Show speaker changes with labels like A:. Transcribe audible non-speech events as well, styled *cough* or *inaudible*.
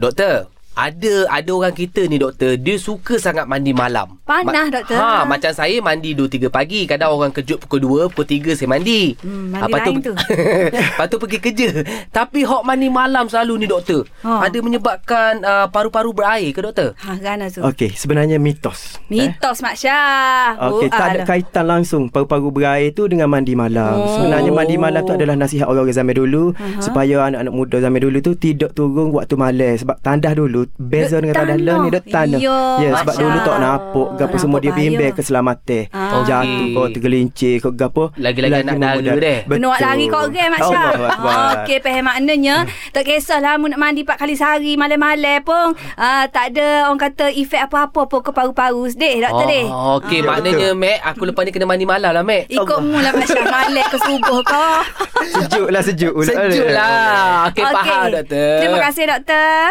A: Doktor, ada ada orang kita ni doktor, dia suka sangat mandi malam.
B: Panah, doktor.
A: Ha, macam saya mandi 2 3 pagi, kadang orang kejut pukul 2, pukul 3 saya mandi.
B: Hmm, mandi
A: Lepas
B: lain tu.
A: *laughs* Lepas tu pergi kerja. Tapi hok mandi malam selalu ni doktor.
B: Ha.
A: Ada menyebabkan uh, paru-paru berair ke doktor?
B: Ha, kerana tu. Okay.
C: Okey, sebenarnya mitos.
B: Mitos Mak Syah.
C: Okey, tak ada
B: Oh, alah.
C: kaitan langsung paru-paru berair tu dengan mandi malam.
B: Oh.
C: Oh. Sebenarnya mandi malam tu adalah nasihat orang-orang zaman dulu uh-huh. supaya anak-anak muda zaman dulu tu tidak turun waktu malam sebab tandas dulu beza
B: Dek
C: dengan tandas
B: tanah.
C: learn ni dek tanah.
B: Ya,
C: ya, sebab
B: Masya.
C: dulu tak napuk gapo
B: Tak
C: semua
B: nampak
C: dia bimbang
B: bahaya.
C: keselamatan.
B: Ah.
C: Jatuh
A: Okey.
C: kau tergelincir kau gapo.
A: Lagi-lagi anak
C: memudah.
A: dara deh.
C: Betul.
B: Kena awak lari kau orang Mak Syah.
C: Allahu Akbar.
B: Okey, faham maknanya. Tak kisahlah mu nak mandi 4 kali sehari malam-malam pun. ah, tak ada orang kata efek apa-apa pun ke paru-paru. Sedih doktor deh.
A: Oh, okey,
C: Ah.
A: maknanya Mac, aku lepas ni kena mandi malam lah Mac.
B: Ikut mu lah Mak Syah malam ke subuh kau.
C: Sejuk lah sejuk.
A: Sejuk lah. *laughs* Okey, okay.
B: Okey.
A: faham doktor.
B: Terima kasih doktor.